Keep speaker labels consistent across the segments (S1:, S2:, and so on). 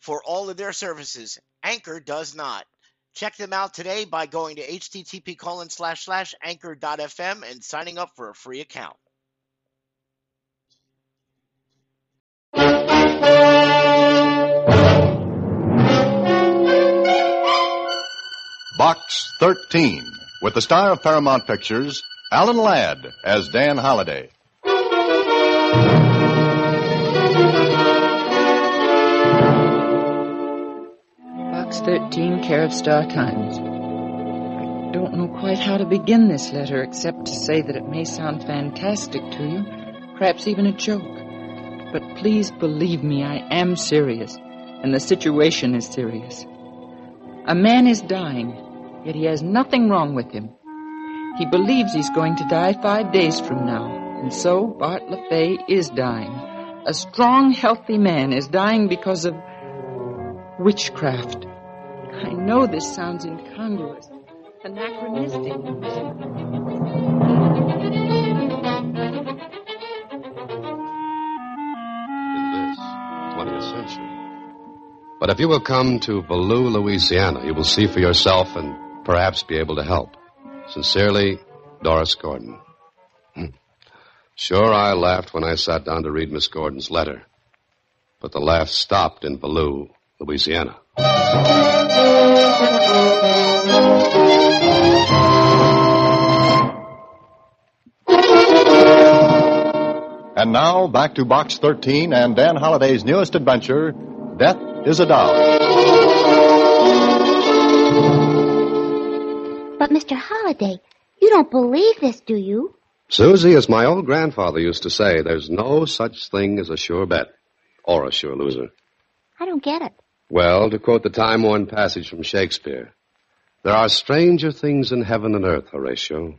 S1: for all of their services. Anchor does not. Check them out today by going to http colon slash slash anchor.fm and signing up for a free account.
S2: Box 13, with the star of Paramount Pictures, Alan Ladd, as Dan Holliday.
S3: Box 13, care of Star Times. I don't know quite how to begin this letter except to say that it may sound fantastic to you, perhaps even a joke. But please believe me, I am serious, and the situation is serious. A man is dying, yet he has nothing wrong with him. He believes he's going to die five days from now, and so Bart LaFay is dying. A strong, healthy man is dying because of witchcraft. I know this sounds incongruous, anachronistic.
S4: in this 20th century. But if you will come to Baloo, Louisiana, you will see for yourself and perhaps be able to help. Sincerely, Doris Gordon. Hmm. Sure, I laughed when I sat down to read Miss Gordon's letter, but the laugh stopped in Baloo, Louisiana.
S2: And now, back to Box 13 and Dan Holliday's newest adventure, Death is a Doll.
S5: But, Mr. Holliday, you don't believe this, do you?
S4: Susie, as my old grandfather used to say, there's no such thing as a sure bet or a sure loser.
S5: I don't get it.
S4: Well, to quote the time worn passage from Shakespeare, there are stranger things in heaven and earth, Horatio,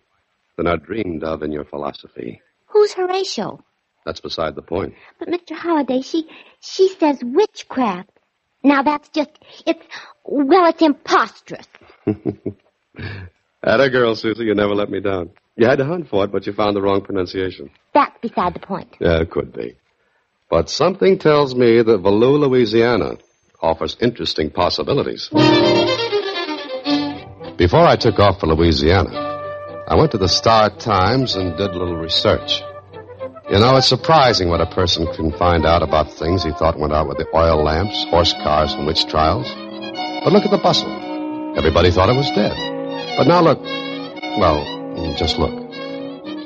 S4: than are dreamed of in your philosophy.
S5: Who's Horatio?
S4: That's beside the point.
S5: But, Mr. Holliday, she, she says witchcraft. Now, that's just, it's, well, it's imposterous.
S4: At a girl, Susie, you never let me down. You had to hunt for it, but you found the wrong pronunciation.
S5: That's beside the point.
S4: Yeah, it Uh, could be. But something tells me that Valoo, Louisiana offers interesting possibilities. Before I took off for Louisiana, I went to the Star Times and did a little research. You know, it's surprising what a person can find out about things he thought went out with the oil lamps, horse cars, and witch trials. But look at the bustle. Everybody thought it was dead. But now look. Well, just look.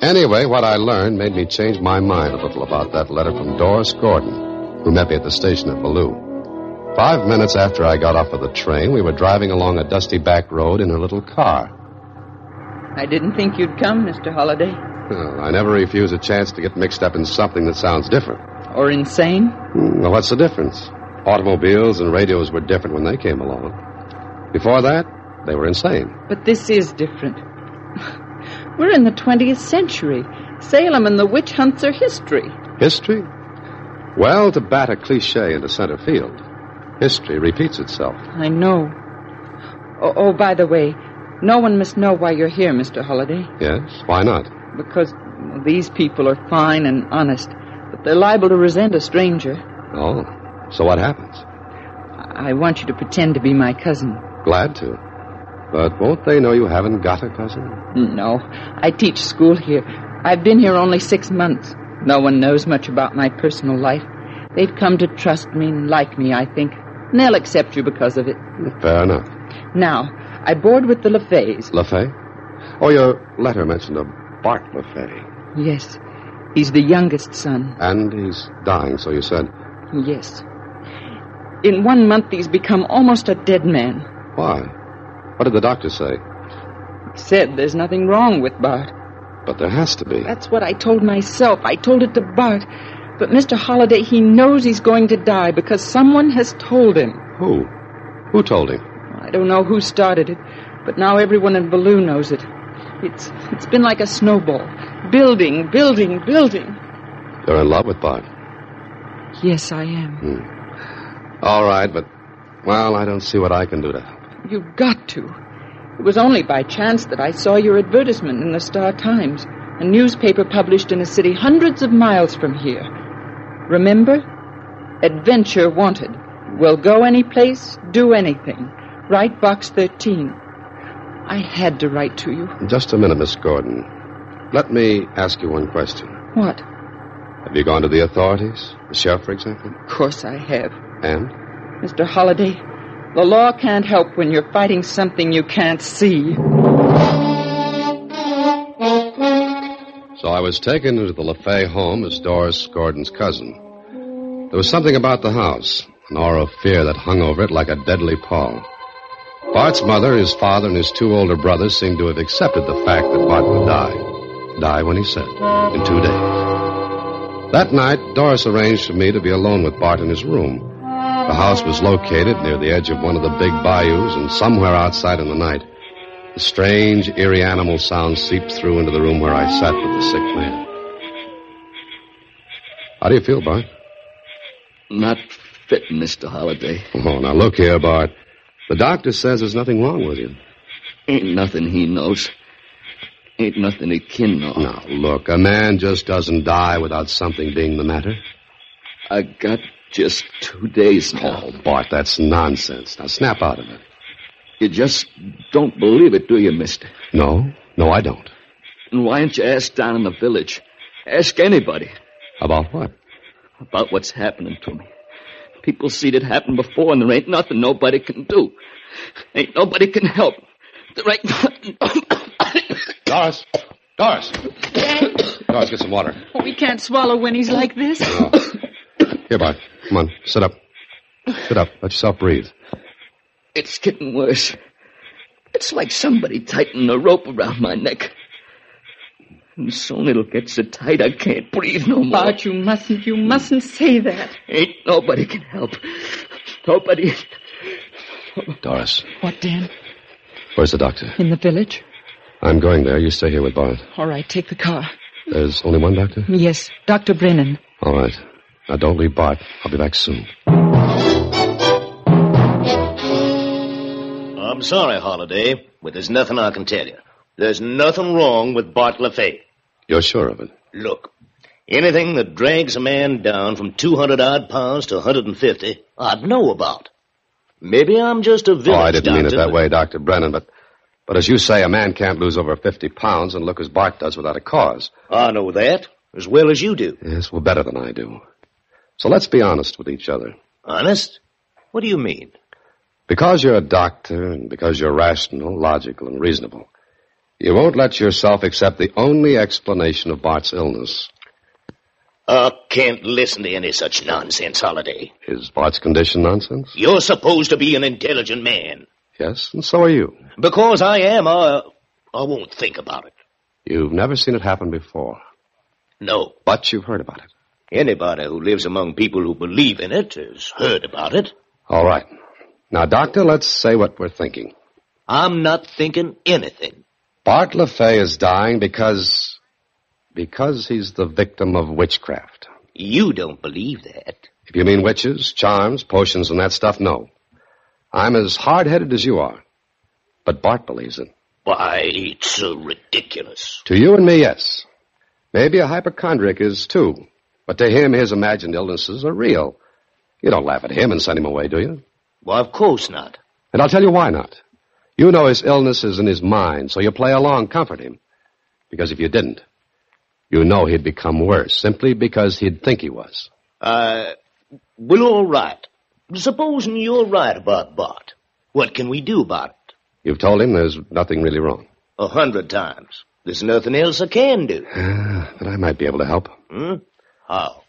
S4: Anyway, what I learned made me change my mind a little about that letter from Doris Gordon, who met me at the station at Baloo. Five minutes after I got off of the train, we were driving along a dusty back road in her little car.
S3: I didn't think you'd come, Mr. Holliday.
S4: Well, I never refuse a chance to get mixed up in something that sounds different.
S3: Or insane?
S4: Hmm, Well, what's the difference? Automobiles and radios were different when they came along. Before that, they were insane.
S3: But this is different. We're in the 20th century. Salem and the witch hunts are history.
S4: History? Well, to bat a cliche into center field, history repeats itself.
S3: I know. Oh, oh, by the way, no one must know why you're here, Mr. Holliday,
S4: Yes, why not?
S3: because well, these people are fine and honest, but they're liable to resent a stranger.
S4: Oh, so what happens?
S3: I I want you to pretend to be my cousin.
S4: Glad to. But won't they know you haven't got a cousin?
S3: No, I teach school here. I've been here only six months. No one knows much about my personal life. They've come to trust me and like me, I think. And they'll accept you because of it.
S4: Fair enough.
S3: Now, I board with the LeFays.
S4: LaFay? Oh, your letter mentioned a Bart LaFay.
S3: Yes. He's the youngest son.
S4: And he's dying, so you said.
S3: Yes. In one month, he's become almost a dead man.
S4: Why? What did the doctor say?
S3: He said there's nothing wrong with Bart.
S4: But there has to be.
S3: That's what I told myself. I told it to Bart. But Mr. Holliday, he knows he's going to die because someone has told him.
S4: Who? Who told him?
S3: I don't know who started it, but now everyone in Baloo knows it. It's it's been like a snowball, building, building, building.
S4: You're in love with Bart.
S3: Yes, I am.
S4: All right, but, well, I don't see what I can do to help.
S3: You've got to. It was only by chance that I saw your advertisement in the Star Times, a newspaper published in a city hundreds of miles from here. Remember? Adventure wanted. Will go any place, do anything. Write box 13. I had to write to you.
S4: Just a minute, Miss Gordon. Let me ask you one question.
S3: What?
S4: Have you gone to the authorities? The sheriff, for example?
S3: Of course I have.
S4: And?
S3: Mr. Holliday, the law can't help when you're fighting something you can't see.
S4: So I was taken into the LaFay home as Doris Gordon's cousin. There was something about the house, an aura of fear that hung over it like a deadly pall. Bart's mother, his father, and his two older brothers seemed to have accepted the fact that Bart would die. Die when he said, in two days. That night, Doris arranged for me to be alone with Bart in his room. The house was located near the edge of one of the big bayous and somewhere outside in the night. The strange, eerie animal sound seeped through into the room where I sat with the sick man. How do you feel, Bart?
S6: Not fit, Mr. Holliday.
S4: Oh, now look here, Bart. The doctor says there's nothing wrong with you.
S6: Ain't nothing he knows. Ain't nothing he can know.
S4: Now, look, a man just doesn't die without something being the matter.
S6: I got just two days now.
S4: Oh, Bart, that's nonsense. Now, snap out of it.
S6: You just don't believe it, do you, mister?
S4: No, no, I don't.
S6: And why don't you ask down in the village? Ask anybody
S4: About what?
S6: about what's happening to me. People seen it happen before, and there ain't nothing nobody can do. Ain't nobody can help. There ain't nothing.
S4: Doris! Doris! Doris, get some water.
S3: We can't swallow when he's like this.
S4: Here, Bart. Come on, sit up. Sit up. Let yourself breathe.
S6: It's getting worse. It's like somebody tightened a rope around my neck. And soon it'll get so tight I can't breathe no more.
S3: Bart, you mustn't, you mustn't say that.
S6: Ain't nobody can help. Nobody.
S4: Doris,
S3: What, Dan?
S4: where's the doctor?
S3: In the village?
S4: I'm going there. You stay here with Bart.
S3: All right, take the car.
S4: There's only one doctor?
S3: Yes, Dr. Brennan.
S4: All right. Now, don't leave Bart. I'll be back soon.
S7: I'm sorry, Holiday, but there's nothing I can tell you. There's nothing wrong with Bart LaFay.
S4: You're sure of it?
S7: Look, anything that drags a man down from 200 odd pounds to 150, I'd know about. Maybe I'm just a village
S4: oh, I didn't mean it
S7: doctor,
S4: that
S7: but-
S4: way, Dr. Brennan, but, but as you say, a man can't lose over 50 pounds and look as Bart does without a cause.
S7: I know that as well as you do.
S4: Yes, well, better than I do. So let's be honest with each other.
S7: Honest? What do you mean?
S4: Because you're a doctor and because you're rational, logical, and reasonable, you won't let yourself accept the only explanation of Bart's illness.
S7: I Uh, can't listen to any such nonsense, Holiday.
S4: Is Bart's condition nonsense?
S7: You're supposed to be an intelligent man.
S4: Yes, and so are you.
S7: Because I am, I, I won't think about it.
S4: You've never seen it happen before,
S7: No.
S4: but you've heard about it.
S7: Anybody who lives among people who believe in it has heard about it.
S4: All right. Now, Doctor, let's say what we're thinking.
S7: I'm not thinking anything.
S4: Bart LaFay is dying because. because he's the victim of witchcraft.
S7: You don't believe that.
S4: If you mean witches, charms, potions, and that stuff, no. I'm as hard headed as you are. But Bart believes it.
S7: Why, it's so ridiculous.
S4: To you and me, yes. Maybe a hypochondriac is too. But to him, his imagined illnesses are real. You don't laugh at him and send him away, do you?
S7: Why, of course not.
S4: And I'll tell you why not. You know his illness is in his mind, so you play along, comfort him. Because if you didn't, you know he'd become worse simply because he'd think he was.
S7: Uh, well, all right. Supposing you're right about Bart. What can we do about it?
S4: You've told him there's nothing really wrong.
S7: A hundred times. There's nothing else I can do.
S4: But I might be able to help.
S7: Hmm? How?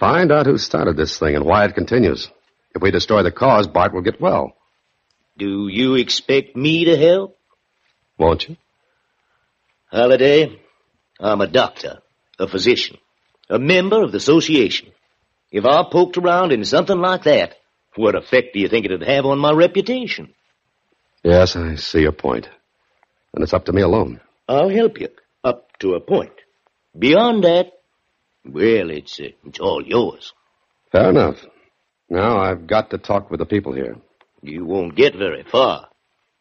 S4: Find out who started this thing and why it continues. If we destroy the cause, Bart will get well.
S7: Do you expect me to help?
S4: Won't you?
S7: Holiday, I'm a doctor, a physician, a member of the association. If I poked around in something like that, what effect do you think it'd have on my reputation?
S4: Yes, I see your point. And it's up to me alone.
S7: I'll help you up to a point. Beyond that, well, it's uh, it's all yours.
S4: Fair enough. Now I've got to talk with the people here.
S7: You won't get very far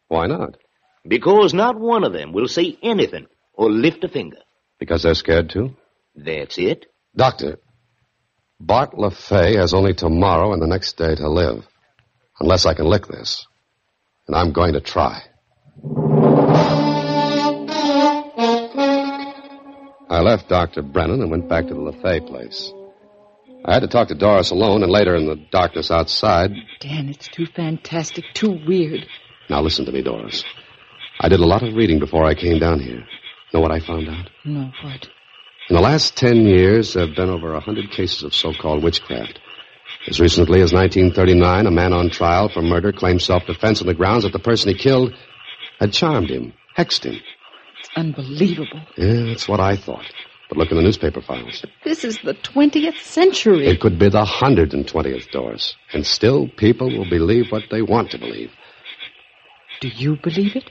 S4: Why not?
S7: because not one of them will say anything or lift a finger.
S4: Because they're scared too?
S7: That's it.
S4: Doctor, Bart LaFay has only tomorrow and the next day to live. Unless I can lick this. And I'm going to try. I left Dr. Brennan and went back to the LaFay place. I had to talk to Doris alone and later in the darkness outside.
S3: Dan, it's too fantastic, too weird.
S4: Now listen to me, Doris. I did a lot of reading before I came down here. Know what I found out?
S3: No, what?
S4: In the last ten years, there have been over a hundred cases of so-called witchcraft. As recently as 1939, a man on trial for murder claimed self-defense on the grounds that the person he killed had charmed him, hexed him.
S3: It's unbelievable.
S4: Yeah, that's what I thought. But look in the newspaper files.
S3: This is the 20th century.
S4: It could be the 120th, Doris. And still, people will believe what they want to believe.
S3: Do you believe it?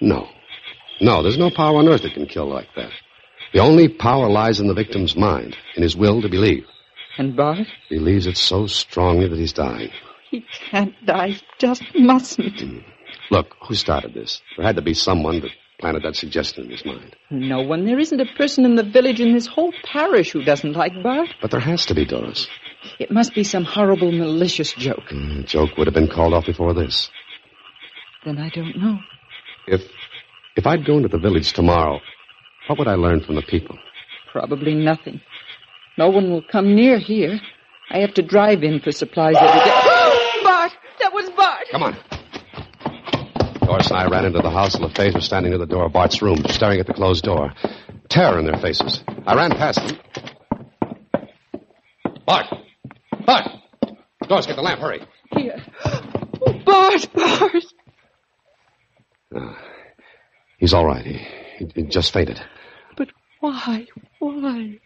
S4: No. No, there's no power on earth that can kill like that. The only power lies in the victim's mind, in his will to believe.
S3: And Bart?
S4: Believes it so strongly that he's dying.
S3: He can't die. He just mustn't.
S4: Look, who started this? There had to be someone that planted that suggestion in his mind.
S3: No one. There isn't a person in the village in this whole parish who doesn't like Bart.
S4: But there has to be, Doris.
S3: It must be some horrible, malicious joke.
S4: Mm, The joke would have been called off before this.
S3: Then I don't know.
S4: If if I'd go into the village tomorrow, what would I learn from the people?
S3: Probably nothing. No one will come near here. I have to drive in for supplies every day. Bart! That was Bart!
S4: Come on. Doris and I ran into the house, and the face was standing near the door of Bart's room, staring at the closed door. Terror in their faces. I ran past them. Bart! Bart! Doris, get the lamp, hurry.
S3: Here. Oh, Bart! Bart!
S4: He's all right. He, he, he just fainted.
S3: But why? Why?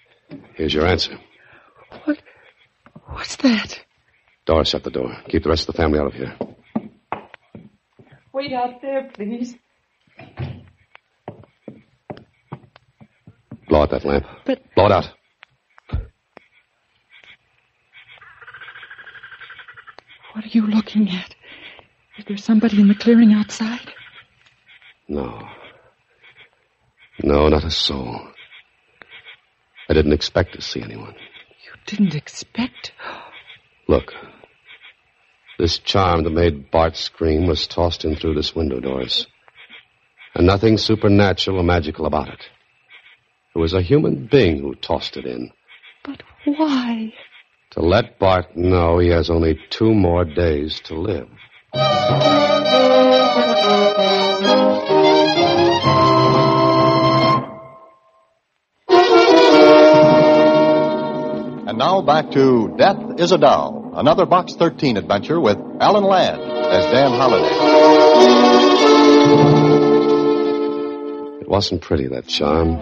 S4: Here's your answer.
S3: What? What's that?
S4: Doris, shut the door. Keep the rest of the family out of here.
S3: Wait out there, please.
S4: Blow out that lamp.
S3: But-
S4: Blow it out.
S3: What are you looking at? Is there somebody in the clearing outside?
S4: No. No, not a soul. I didn't expect to see anyone.
S3: You didn't expect.
S4: Look. This charm that made Bart scream was tossed in through this window, Doris. And nothing supernatural or magical about it. It was a human being who tossed it in.
S3: But why?
S4: To let Bart know he has only two more days to live.
S2: And now back to Death is a Doll, another Box 13 adventure with Alan Ladd as Dan Holliday.
S4: It wasn't pretty, that charm.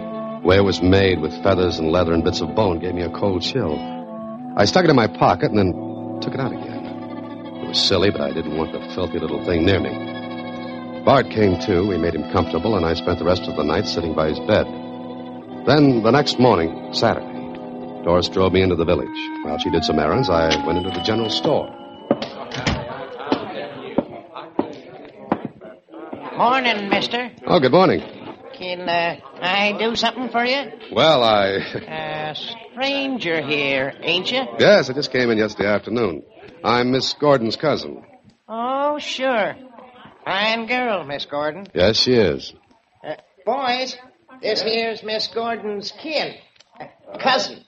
S4: The way it was made with feathers and leather and bits of bone gave me a cold chill. I stuck it in my pocket and then took it out again. It was silly, but I didn't want the filthy little thing near me. Bart came to, we made him comfortable, and I spent the rest of the night sitting by his bed. Then the next morning, Saturday, Doris drove me into the village. While she did some errands, I went into the general store.
S8: Morning, mister.
S4: Oh, good morning.
S8: Can uh, I do something for you?
S4: Well, I.
S8: Uh, stranger here, ain't you?
S4: yes, I just came in yesterday afternoon. I'm Miss Gordon's cousin.
S8: Oh, sure. Fine girl, Miss Gordon.
S4: Yes, she is.
S8: Uh, boys, this here's Miss Gordon's kid. Cousin.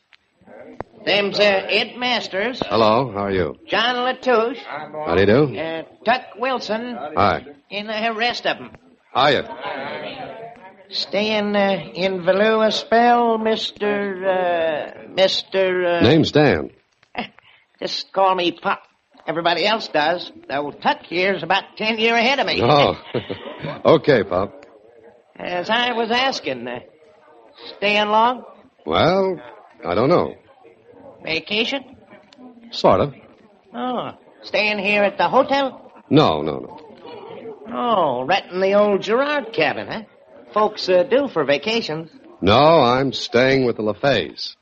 S8: Them's uh, Ed Masters,
S4: Hello, how are you?
S8: John Latouche,
S4: How do you do?
S8: uh, Tuck Wilson,
S4: Hi.
S8: and the rest of 'em.
S4: Hiya.
S8: Staying uh, in Valua spell, Mister uh, Mister. Uh,
S4: Name's Dan.
S8: Just call me Pop. Everybody else does. Old Tuck here's about ten year ahead of me.
S4: Oh. okay, Pop.
S8: As I was asking, uh, staying long?
S4: Well, I don't know.
S8: Vacation?
S4: Sort of.
S8: Oh, staying here at the hotel?
S4: No, no, no.
S8: Oh, renting the old Gerard cabin, huh? Folks uh, do for vacations.
S4: No, I'm staying with the LaFays.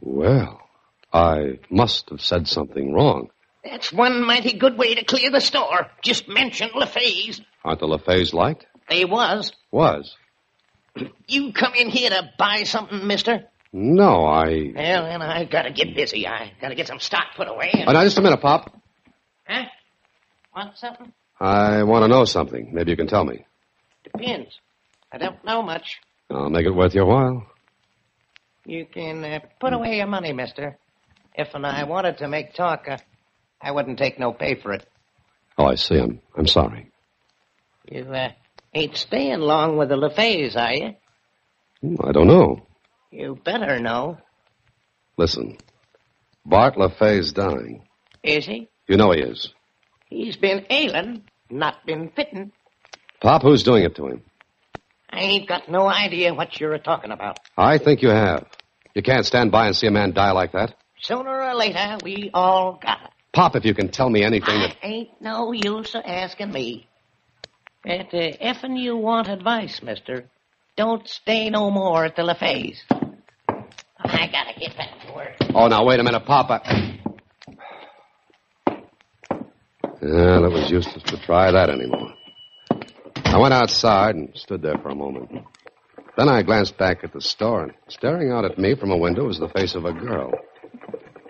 S4: Well, I must have said something wrong.
S8: That's one mighty good way to clear the store. Just mention LaFay's.
S4: Aren't the LaFays liked?
S8: They was.
S4: Was.
S8: You come in here to buy something, mister?
S4: No, I.
S8: Well, then I gotta get busy. I gotta get some stock put away.
S4: Oh, now, just a minute, Pop.
S8: Huh? Want something?
S4: I want to know something. Maybe you can tell me.
S8: Depends. I don't know much.
S4: I'll make it worth your while.
S8: You can uh, put away your money, mister. If and I wanted to make talk, uh, I wouldn't take no pay for it.
S4: Oh, I see. I'm, I'm sorry.
S8: You uh, ain't staying long with the LaFays, are you?
S4: Hmm, I don't know.
S8: You better know.
S4: Listen, Bart LaFay's dying.
S8: Is he?
S4: You know he is.
S8: He's been ailing, not been fitting.
S4: Pop, who's doing it to him?
S8: I ain't got no idea what you're talking about.
S4: I think you have. You can't stand by and see a man die like that.
S8: Sooner or later, we all got it.
S4: Pop, if you can tell me anything that.
S8: Ain't no use of asking me. But uh, if and you want advice, mister, don't stay no more at the LaFays. I gotta get back to work.
S4: Oh, now, wait a minute, Pop. I... Well, it was useless to try that anymore. I went outside and stood there for a moment. Then I glanced back at the store, and staring out at me from a window was the face of a girl,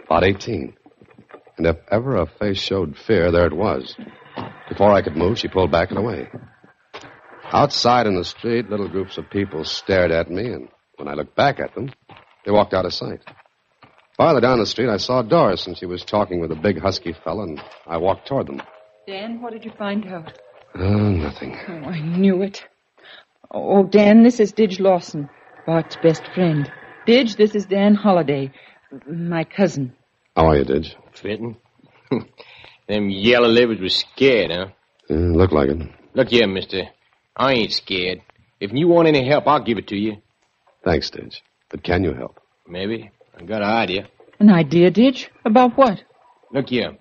S4: about 18. And if ever a face showed fear, there it was. Before I could move, she pulled back and away. Outside in the street, little groups of people stared at me, and when I looked back at them, they walked out of sight. Farther down the street, I saw Doris, and she was talking with a big, husky fellow, and I walked toward them.
S3: Dan, what did you find out?
S4: Oh, nothing.
S3: Oh, I knew it. Oh, Dan, this is Didge Lawson, Bart's best friend. Didge, this is Dan Holliday, my cousin.
S4: How are you, Didge?
S9: Fitting? Them yellow livers was scared, huh?
S4: Yeah, looked Eh, like it.
S9: Look here, mister. I ain't scared. If you want any help, I'll give it to you.
S4: Thanks, Didge. But can you help?
S9: Maybe. I got an idea.
S3: An idea, Didge? About what?
S9: Look here.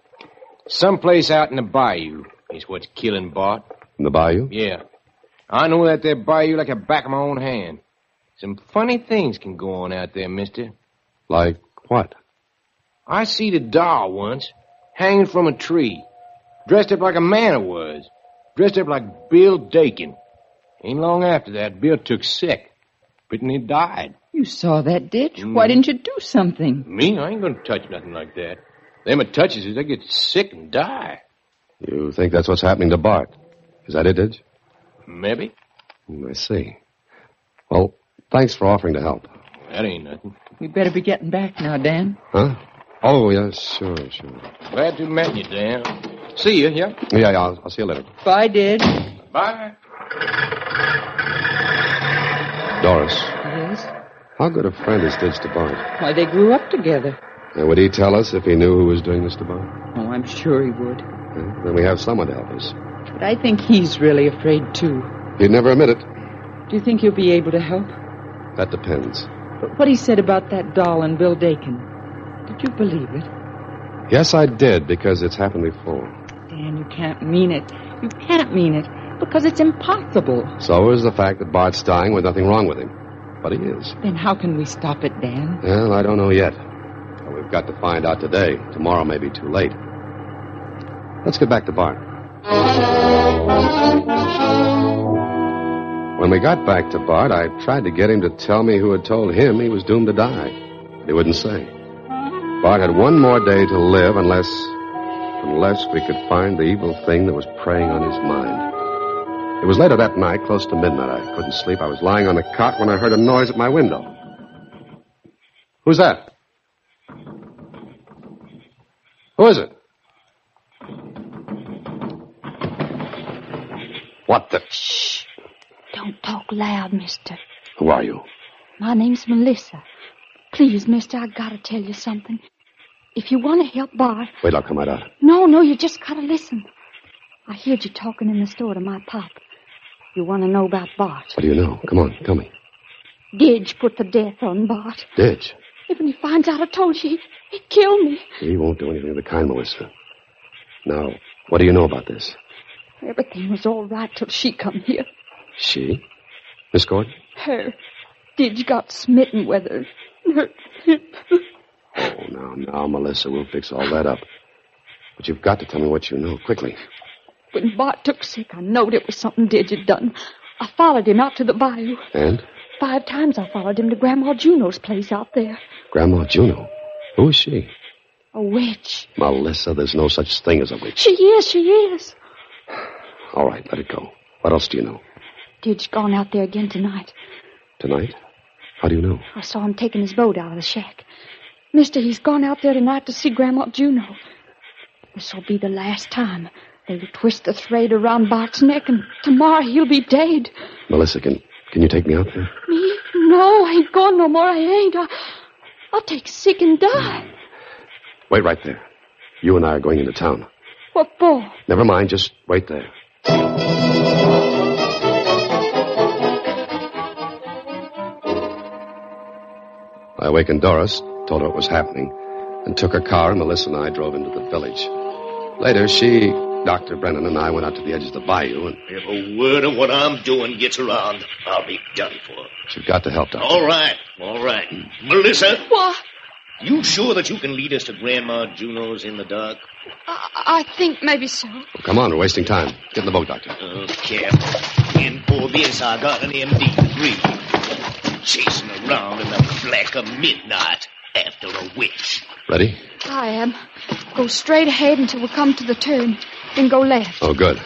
S9: Someplace out in the bayou is what's killing Bart.
S4: In the bayou?
S9: Yeah. I know that there bayou like the back of my own hand. Some funny things can go on out there, mister.
S4: Like what?
S9: I see the doll once, hanging from a tree, dressed up like a man it was, dressed up like Bill Dakin. Ain't long after that, Bill took sick. Brittany died.
S3: You saw that, Didge.
S8: Mm.
S3: Why didn't you do something?
S9: Me? I ain't gonna touch nothing like that. Them it touches it, they get sick and die.
S4: You think that's what's happening to Bart? Is that it, Didge?
S9: Maybe.
S4: Hmm, I see. Well, thanks for offering to help.
S9: That ain't nothing.
S3: We better be getting back now, Dan.
S4: Huh? Oh, yeah, sure, sure.
S9: Glad to have met you, Dan. See you, yeah?
S4: Yeah, yeah, I'll, I'll see you later.
S3: Bye, Didge.
S9: Bye.
S4: Doris,
S3: Yes.
S4: how good a friend is Didge to Bart?
S3: Why, they grew up together.
S4: And would he tell us if he knew who was doing this to Bart?
S3: Oh, I'm sure he would.
S4: Well, then we have someone to help us.
S3: But I think he's really afraid, too.
S4: He'd never admit it.
S3: Do you think he'll be able to help?
S4: That depends.
S3: But what he said about that doll and Bill Dakin. Did you believe it?
S4: Yes, I did, because it's happened before.
S3: Dan, you can't mean it. You can't mean it. Because it's impossible.
S4: So is the fact that Bart's dying with nothing wrong with him. But he is.
S3: Then how can we stop it, Dan?
S4: Well, I don't know yet. But we've got to find out today. Tomorrow may be too late. Let's get back to Bart. When we got back to Bart, I tried to get him to tell me who had told him he was doomed to die. But he wouldn't say. Bart had one more day to live unless. unless we could find the evil thing that was preying on his mind. It was later that night, close to midnight. I couldn't sleep. I was lying on the cot when I heard a noise at my window. Who's that? Who is it? What the?
S3: Don't talk loud, mister.
S4: Who are you?
S3: My name's Melissa. Please, mister, I gotta tell you something. If you want to help Bart,
S4: Wait, I'll come right out.
S3: no, no, you just gotta listen. I heard you talking in the store to my pop. You want to know about Bart.
S4: What do you know? Come on, tell me.
S3: Didge put the death on Bart.
S4: Didge.
S3: If when he finds out I told you, he'd kill me.
S4: He won't do anything of the kind, Melissa. Now, what do you know about this?
S3: Everything was all right till she come here.
S4: She? Miss Gordon?
S3: Her. Didge got smitten with her. Her.
S4: Oh, now, now, Melissa, we'll fix all that up. But you've got to tell me what you know, quickly.
S3: When Bart took sick, I knowed it was something Didge had done. I followed him out to the bayou.
S4: And?
S3: Five times I followed him to Grandma Juno's place out there.
S4: Grandma Juno. Who is she?
S3: A witch.
S4: Melissa, there's no such thing as a witch.
S3: She is, she is.
S4: All right, let it go. What else do you know?
S3: Didge gone out there again tonight.
S4: Tonight? How do you know?
S3: I saw him taking his boat out of the shack. Mister, he's gone out there tonight to see Grandma Juno. This'll be the last time. They will twist the thread around Bart's neck, and tomorrow he'll be dead.
S4: Melissa, can, can you take me out there?
S3: Me? No, I ain't going no more. I ain't. I, I'll take sick and die.
S4: Wait right there. You and I are going into town.
S3: What for?
S4: Never mind, just wait there. I awakened Doris, told her what was happening, and took her car, and Melissa and I drove into the village. Later, she, Dr. Brennan, and I went out to the edge of the bayou, and
S2: If a word of what I'm doing gets around, I'll be done for.
S4: you've got to help, Doctor.
S2: All right, all right. Melissa?
S3: What?
S2: You sure that you can lead us to Grandma Juno's in the dark?
S3: I, I think maybe so.
S4: Come on, we're wasting time. Get in the boat, Doctor.
S2: Okay. And for this, I got an MD degree. Chasing around in the black of midnight after a witch.
S4: Ready?
S3: I am. Go straight ahead until we come to the turn, then go left.
S4: Oh, good.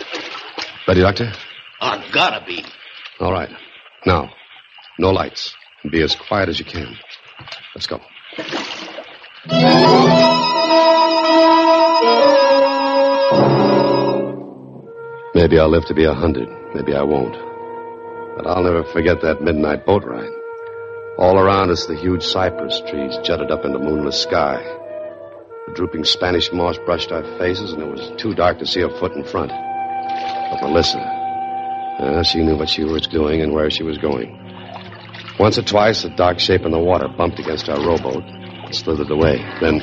S4: Ready, Doctor?
S2: I gotta be.
S4: All right. Now, no lights. And be as quiet as you can. Let's go. Maybe I'll live to be a hundred. Maybe I won't. But I'll never forget that midnight boat ride. All around us, the huge cypress trees jutted up into moonless sky. The drooping Spanish moss brushed our faces, and it was too dark to see a foot in front. But Melissa, uh, she knew what she was doing and where she was going. Once or twice, a dark shape in the water bumped against our rowboat and slithered away. Then,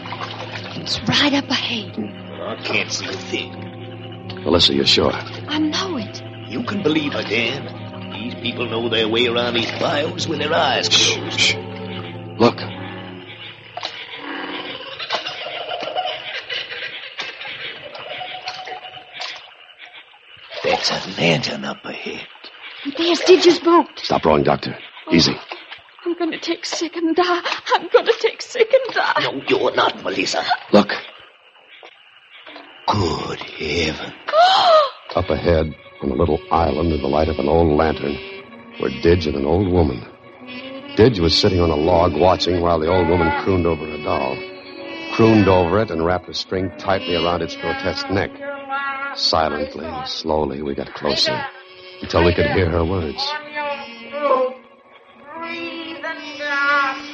S3: It's right up ahead.
S2: I can't see a thing.
S4: Melissa, you're sure?
S3: I know it.
S2: You can believe her, Dan. These people know their way around these bios with their eyes closed.
S4: Look.
S2: That's a lantern up ahead.
S3: There's Didge's boat.
S4: Stop rowing, Doctor. Easy.
S3: I'm going to take sick and die. I'm going to take sick and die.
S2: No, you're not, Melissa.
S4: Look.
S2: Good heaven.
S4: Up ahead, on a little island in the light of an old lantern, were Didge and an old woman. Didge was sitting on a log watching while the old woman crooned over a doll. Crooned over it and wrapped a string tightly around its grotesque neck. Silently, slowly, we got closer until we could hear her words.
S8: Breathe and gasp.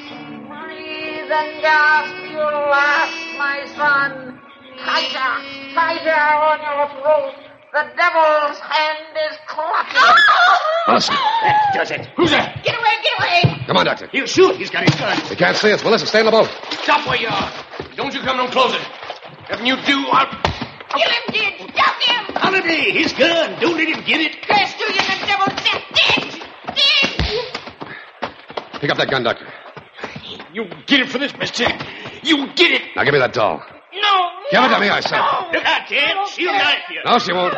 S8: Breathe and gasp. You'll last, my son. Tighter, tighter on your throat. The devil's hand is clutching.
S2: Ah!
S4: Melissa!
S2: That does it. Who's that?
S8: Get away, get away.
S4: Come on, Doctor.
S2: He'll shoot. He's got his gun.
S4: They can't see us. Melissa, stay in the boat.
S10: Stop where you are. Don't you come no closer. If you do, I'll.
S8: Kill him, Didge. Stop him.
S2: Holiday, his gun. Don't let him get it.
S8: Curse you, you the devil's death. Didge. Didge.
S4: Pick up that gun, Doctor.
S10: You get it for this mistake. You get it.
S4: Now give me that doll.
S8: No.
S4: Give it to me, I said.
S2: Look out, Dan. She'll knife you.
S4: No, she won't.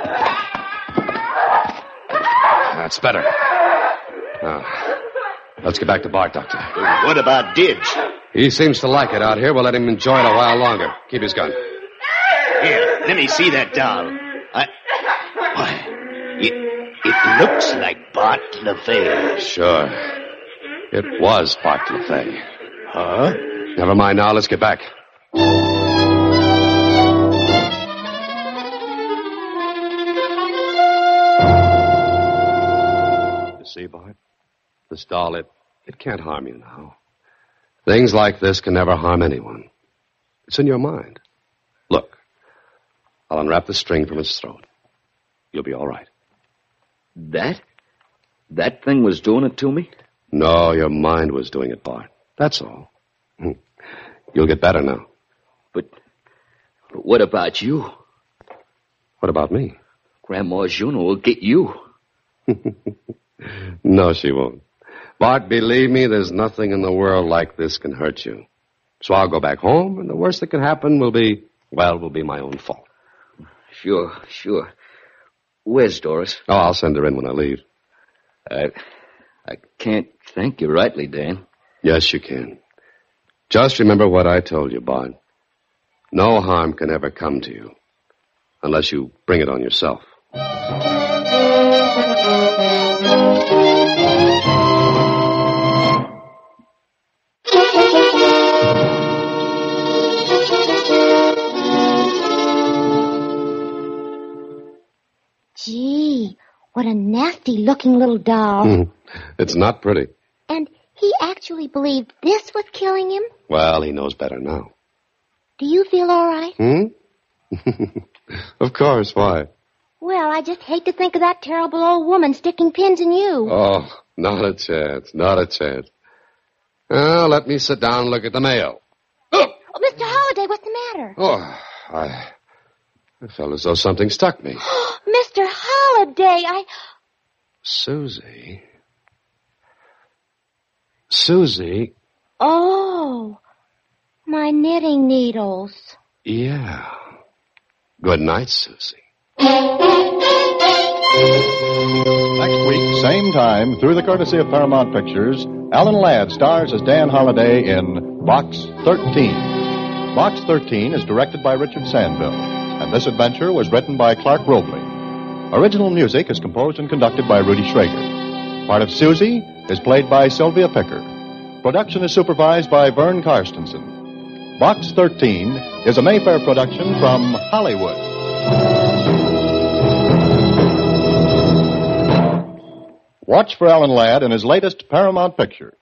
S4: That's better. Now, let's get back to Bart, Doctor.
S2: What about Didge?
S4: He seems to like it out here. We'll let him enjoy it a while longer. Keep his gun.
S2: Here, let me see that doll. I. Why? It,
S11: It looks like Bart LaFay.
S4: Sure. It was Bart LaFay. Huh? Never mind now. Let's get back. You see, Bart? This doll, it, it can't harm you now. Things like this can never harm anyone. It's in your mind. Look, I'll unwrap the string from his throat. You'll be all right.
S8: That? That thing was doing it to me?
S4: No, your mind was doing it, Bart. That's all. Hmm. You'll get better now.
S8: But what about you?
S4: What about me?
S8: Grandma Juno will get you.
S4: No, she won't. Bart, believe me, there's nothing in the world like this can hurt you. So I'll go back home, and the worst that can happen will be, well, will be my own fault.
S8: Sure, sure. Where's Doris?
S4: Oh, I'll send her in when I leave.
S8: I, I can't thank you rightly, Dan.
S4: Yes, you can. Just remember what I told you, Bart. No harm can ever come to you unless you bring it on yourself.
S3: Gee, what a nasty looking little doll.
S4: It's not pretty.
S3: and he actually believed this was killing him?
S4: Well, he knows better now.
S3: Do you feel all right?
S4: Hmm? of course, why?
S3: Well, I just hate to think of that terrible old woman sticking pins in you.
S4: Oh, not a chance, not a chance. Well, let me sit down and look at the mail.
S3: Oh, Mr. Holliday, what's the matter?
S4: Oh, I, I felt as though something stuck me.
S3: Mr. Holliday, I.
S4: Susie. Susie,
S3: Oh, my knitting needles.
S4: yeah. Good night, Susie.
S2: Next week, same time, through the courtesy of Paramount Pictures, Alan Ladd stars as Dan Holliday in Box 13. Box 13 is directed by Richard Sandville, and this adventure was written by Clark Robley. Original music is composed and conducted by Rudy Schrager. Part of Susie is played by Sylvia Picker. Production is supervised by Vern Karstensen. Box 13 is a Mayfair production from Hollywood. Watch for Alan Ladd in his latest Paramount picture,